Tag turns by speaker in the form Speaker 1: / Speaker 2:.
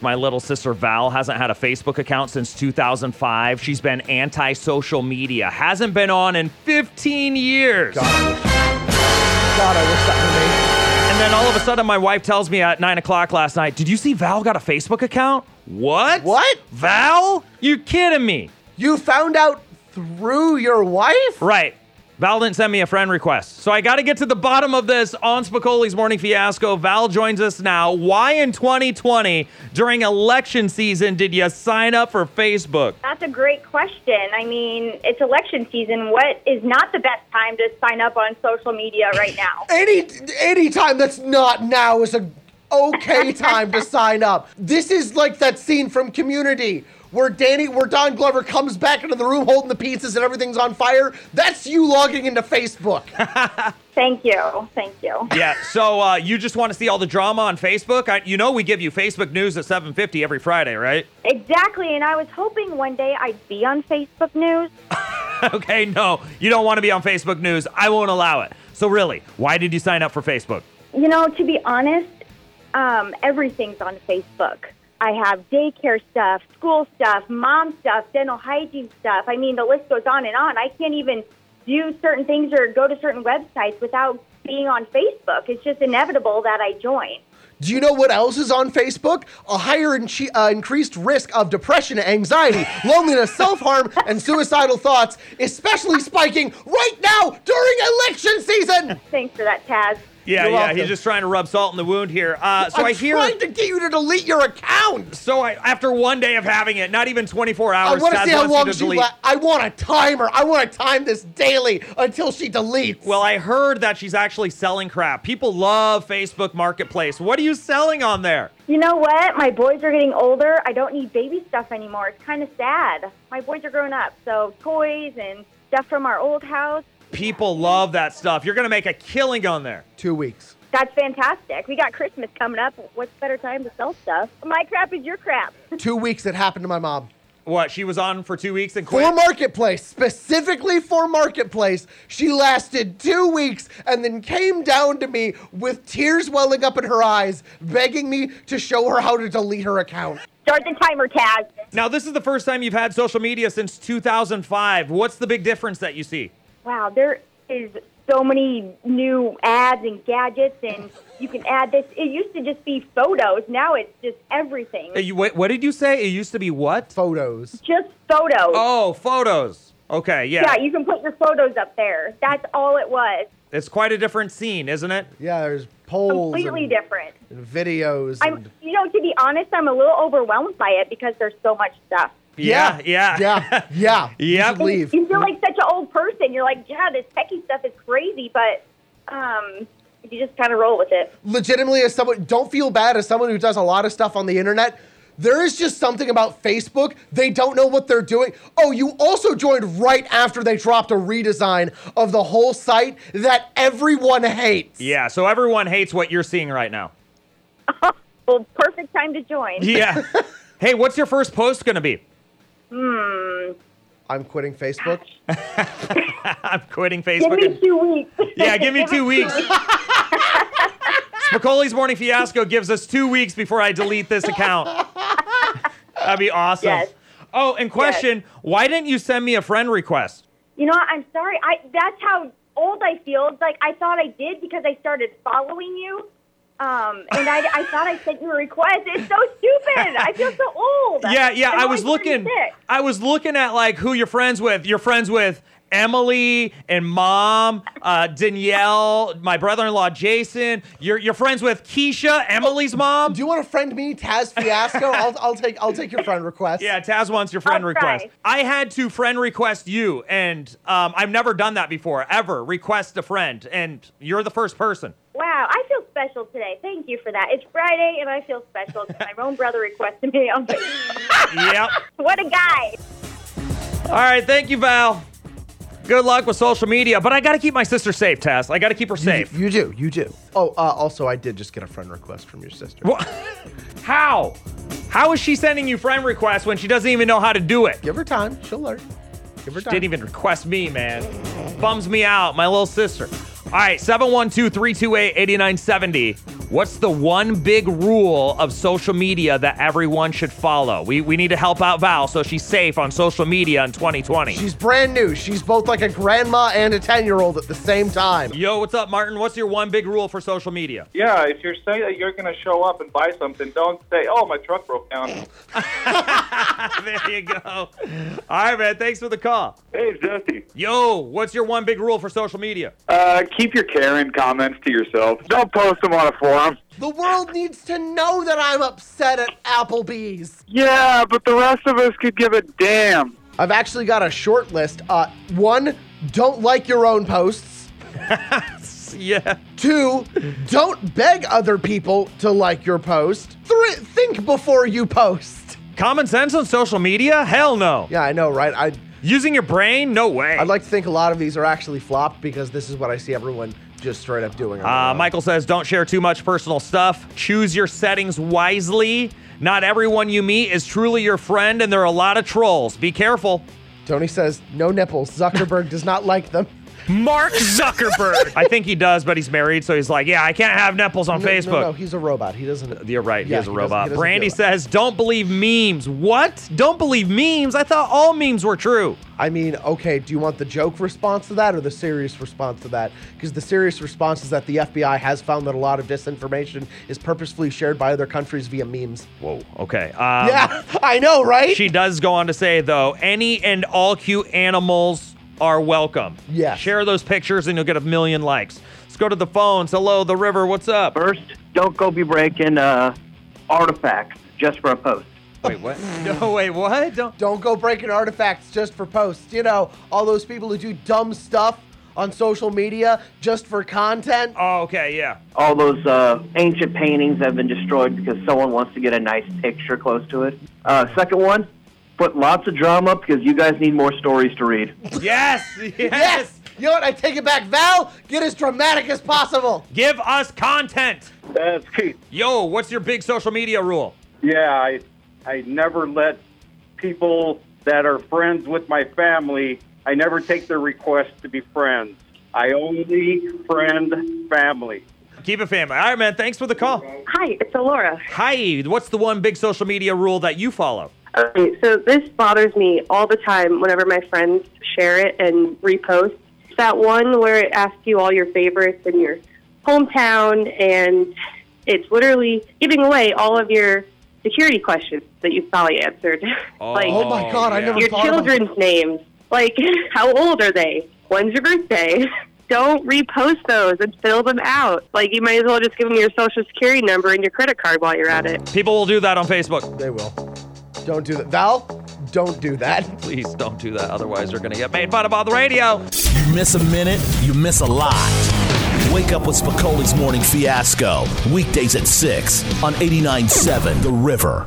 Speaker 1: My little sister Val hasn't had a Facebook account since 2005. She's been anti social media, hasn't been on in 15 years.
Speaker 2: God, I wish that
Speaker 1: And then all of a sudden, my wife tells me at nine o'clock last night, Did you see Val got a Facebook account? What?
Speaker 2: What?
Speaker 1: Val? You kidding me?
Speaker 2: were me. You found out through your wife?
Speaker 1: Right. Val didn't send me a friend request. So I got to get to the bottom of this on Spicoli's Morning Fiasco. Val joins us now. Why in 2020, during election season, did you sign up for Facebook?
Speaker 3: That's a great question. I mean, it's election season. What is not the best time to sign up on social media right now?
Speaker 2: Any any time that's not now is a okay time to sign up. This is like that scene from Community where Danny, where Don Glover comes back into the room holding the pizzas and everything's on fire. That's you logging into Facebook.
Speaker 3: Thank you. Thank you.
Speaker 1: Yeah. So uh, you just want to see all the drama on Facebook? I, you know we give you Facebook news at 7:50 every Friday, right?
Speaker 3: Exactly. And I was hoping one day I'd be on Facebook News.
Speaker 1: okay. No, you don't want to be on Facebook news. I won't allow it. So really, why did you sign up for Facebook?
Speaker 3: You know, to be honest, um, everything's on Facebook. I have daycare stuff, school stuff, mom stuff, dental hygiene stuff. I mean, the list goes on and on. I can't even do certain things or go to certain websites without being on Facebook. It's just inevitable that I join.
Speaker 2: Do you know what else is on Facebook? A higher in- uh, increased risk of depression, anxiety, loneliness, self harm, and suicidal thoughts, especially spiking right now during election season.
Speaker 3: Thanks for that, Taz.
Speaker 1: Yeah,
Speaker 2: You're
Speaker 1: yeah.
Speaker 2: welcome.
Speaker 1: He's just trying to rub salt in the wound here. Uh, so
Speaker 2: I'm
Speaker 1: i hear.
Speaker 2: trying to get you to delete your account.
Speaker 1: so I, after one day of having it, not even 24
Speaker 2: I
Speaker 1: hours.
Speaker 2: want to
Speaker 1: Taz
Speaker 2: see how
Speaker 1: wants
Speaker 2: long
Speaker 1: to
Speaker 2: she
Speaker 1: delete.
Speaker 2: la- I want a timer. I want to time this daily until she deletes.
Speaker 1: Well, I heard that she's actually selling crap. People love Facebook Marketplace. What are you selling on there?
Speaker 3: You know what? My boys are getting older. I don't need baby stuff anymore. It's kind of sad. My boys are grown up, so toys and stuff from our old house.
Speaker 1: People love that stuff. You're gonna make a killing on there.
Speaker 2: two weeks.
Speaker 3: That's fantastic. We got Christmas coming up. What's better time to sell stuff? My crap is your crap.
Speaker 2: Two weeks it happened to my mom.
Speaker 1: What? She was on for two weeks and quit.
Speaker 2: For Marketplace, specifically for Marketplace, she lasted two weeks and then came down to me with tears welling up in her eyes, begging me to show her how to delete her account.
Speaker 3: Start the timer, Taz.
Speaker 1: Now, this is the first time you've had social media since 2005. What's the big difference that you see?
Speaker 3: Wow, there is so many new ads and gadgets, and you can add this. It used to just be photos. Now it's just everything.
Speaker 1: Uh, You, wait, what did you say? It used to be what?
Speaker 2: Photos.
Speaker 3: Just photos.
Speaker 1: Oh, photos. Okay, yeah.
Speaker 3: Yeah, you can put your photos up there. That's all it was.
Speaker 1: it's quite a different scene, isn't it?
Speaker 2: Yeah, there's polls.
Speaker 3: Completely
Speaker 2: and,
Speaker 3: different.
Speaker 2: and videos.
Speaker 3: I'm,
Speaker 2: and-
Speaker 3: you know, to be honest, I'm a little overwhelmed by it because there's so much stuff.
Speaker 1: yeah.
Speaker 2: Yeah. Yeah. You
Speaker 1: Yep.
Speaker 2: should leave.
Speaker 3: You feel like such an old person. You're like, yeah, this techie stuff is crazy, but um, you just kind of roll with it.
Speaker 2: legitimately as someone don't feel bad as someone who does a lot of stuff on the internet there is just something about facebook they don't know what they're doing oh you also joined right after they dropped a redesign of the whole site that everyone hates
Speaker 1: Yeah, so everyone hates what you're seeing right now.
Speaker 3: Well, perfect time to join.
Speaker 1: Yeah. hey, what's your first post going to be?
Speaker 2: i'm quitting facebook
Speaker 1: I'm quitting
Speaker 3: Give
Speaker 1: Facebook.
Speaker 3: me
Speaker 1: and-
Speaker 3: two weeks.
Speaker 1: yeah, give me two weeks. Spicoli's Morning Fiasco gives us two weeks before I delete this account. That'd be awesome.
Speaker 3: Yes.
Speaker 1: Oh, and question why didn't you send me a friend request?
Speaker 3: You know, what? I'm sorry. I that's how old I feel. It's like I thought I did because I started following you. Um, and I, I thought I sent you a request. It's so stupid. I feel so old.
Speaker 1: Yeah, yeah.
Speaker 3: I'm
Speaker 1: I was
Speaker 3: only
Speaker 1: looking.
Speaker 3: 36.
Speaker 1: I was looking at like who you're friends with. You're friends with Emily and Mom, uh, Danielle, my brother-in-law Jason. You're you're friends with Keisha, Emily's mom.
Speaker 2: do you want to friend me taz fiasco I'll, I'll take i'll take your friend request
Speaker 1: Yeah, Taz wants your friend
Speaker 3: I'll try.
Speaker 1: request. I had to friend request you, and um, I've never done that before, ever. Request a friend, and you're the first person.
Speaker 3: Wow, I feel special today. Thank you for that. It's Friday, and I feel special. 'cause my own brother requested me on Facebook.
Speaker 1: yep.
Speaker 3: What a guy!
Speaker 1: All right, thank you, Val. Good luck with social media, but I got to keep my sister safe, Taz. I got to keep her
Speaker 2: You,
Speaker 1: safe.
Speaker 2: you do you do oh uh, also i did just get a friend request from your sister
Speaker 1: Wha- How? How is she sending you friend requests when she doesn't even know how to do it?
Speaker 2: give her time she'll learn give her time
Speaker 1: Didn't even request me, man. Bums me out, my little sister. All right, 712 328 8970. What's the one big rule of social media that everyone should follow? We, we need to help out Val so she's safe on social media in 2020.
Speaker 2: She's brand new. She's both like a grandma and a 10 year old at the same time.
Speaker 1: Yo, what's up, Martin? What's your one big rule for social media?
Speaker 4: Yeah, if you're saying that you're going to show up and buy something, don't say, "Oh, my truck broke down."
Speaker 1: there you go. All right, man. Thanks for the call.
Speaker 5: Hey, it's Dusty.
Speaker 1: Yo, what's your one big rule for social media?
Speaker 5: Uh, keep your Karen comments to yourself. Don't post them on a forum.
Speaker 2: The world needs to know that I'm upset at Applebee's.
Speaker 5: Yeah, but the rest of us could give a damn.
Speaker 2: I've actually got a short list. Uh, one, don't like your own posts.
Speaker 1: Yeah.
Speaker 2: Two, don't beg other people to like your post. Three, think before you post.
Speaker 1: Common sense on social media? Hell no.
Speaker 2: Yeah, I know, right? I
Speaker 1: Using your brain? No way.
Speaker 2: I'd like to think a lot of these are actually flopped because this is what I see everyone just straight up doing. on their
Speaker 1: Uh,
Speaker 2: own.
Speaker 1: Michael says, don't share too much personal stuff. Choose your settings wisely. Not everyone you meet is truly your friend, and there are a lot of trolls. Be careful.
Speaker 2: Tony says no nipples. Zuckerberg does not like them.
Speaker 1: Mark Zuckerberg. I think he does, but he's married, so he's like, yeah, I can't have nipples on
Speaker 2: No, no,
Speaker 1: Facebook.
Speaker 2: No, he's a robot. He doesn't.
Speaker 1: You're right. he
Speaker 2: Yeah,
Speaker 1: is a
Speaker 2: he doesn't- he
Speaker 1: robot.
Speaker 2: doesn't
Speaker 1: Brandy
Speaker 2: do that.
Speaker 1: says, don't believe memes. What? Don't believe memes? I thought all memes were true.
Speaker 2: I mean, okay. Do you want the joke response to that or the serious response to that? Because the serious response is that the FBI has found that a lot of disinformation is purposefully shared by other countries via memes.
Speaker 1: Whoa. Okay. Um,
Speaker 2: yeah, I know, right?
Speaker 1: She does go on to say, though, any and all cute animals are welcome.
Speaker 2: Yes.
Speaker 1: Share those pictures and you'll get a million likes. Let's go to the phones. Hello, the river. What's up?
Speaker 6: First, don't go be breaking uh, artifacts just for a post.
Speaker 1: Wait, what? no, wait, what? Don't.
Speaker 2: Don't go breaking artifacts just for posts. You know, all those people who do dumb stuff on social media just for content.
Speaker 1: Oh, okay, yeah.
Speaker 6: All those uh, ancient paintings have been destroyed because someone wants to get a nice picture close to it. Uh, second one, put lots of drama because you guys need more stories to read.
Speaker 1: Yes, yes.
Speaker 2: Yes! You know what? I take it back. Val, get as dramatic as possible.
Speaker 1: Give us content.
Speaker 4: That's Keith.
Speaker 1: Yo, what's your big social media rule?
Speaker 4: Yeah, I I never let people that are friends with my family. I never take their request to be friends. I only friend family.
Speaker 1: Keep it family. All right, man. Thanks for the call.
Speaker 7: Hi, it's Alora.
Speaker 1: Hi. What's the one big social media rule that you follow?
Speaker 7: Okay, so this bothers me all the time whenever my friends share it and repost. It's that one where it asks you all your favorites and your hometown, and it's literally giving away all of your security questions that you've probably answered. like
Speaker 2: Oh my God, I never
Speaker 7: your
Speaker 2: thought about
Speaker 7: children's names. Like, how old are they? When's your birthday? Don't repost those and fill them out. Like, you might as well just give them your social security number and your credit card while you're at it.
Speaker 1: People will do that on Facebook.
Speaker 2: They will. Don't do that. Val, don't do that.
Speaker 1: Please don't do that. Otherwise, you're going to get made fun of on the radio.
Speaker 8: You miss a minute, you miss a lot. Wake up with Spicoli's Morning Fiasco, weekdays at 6 on 89.7 The River.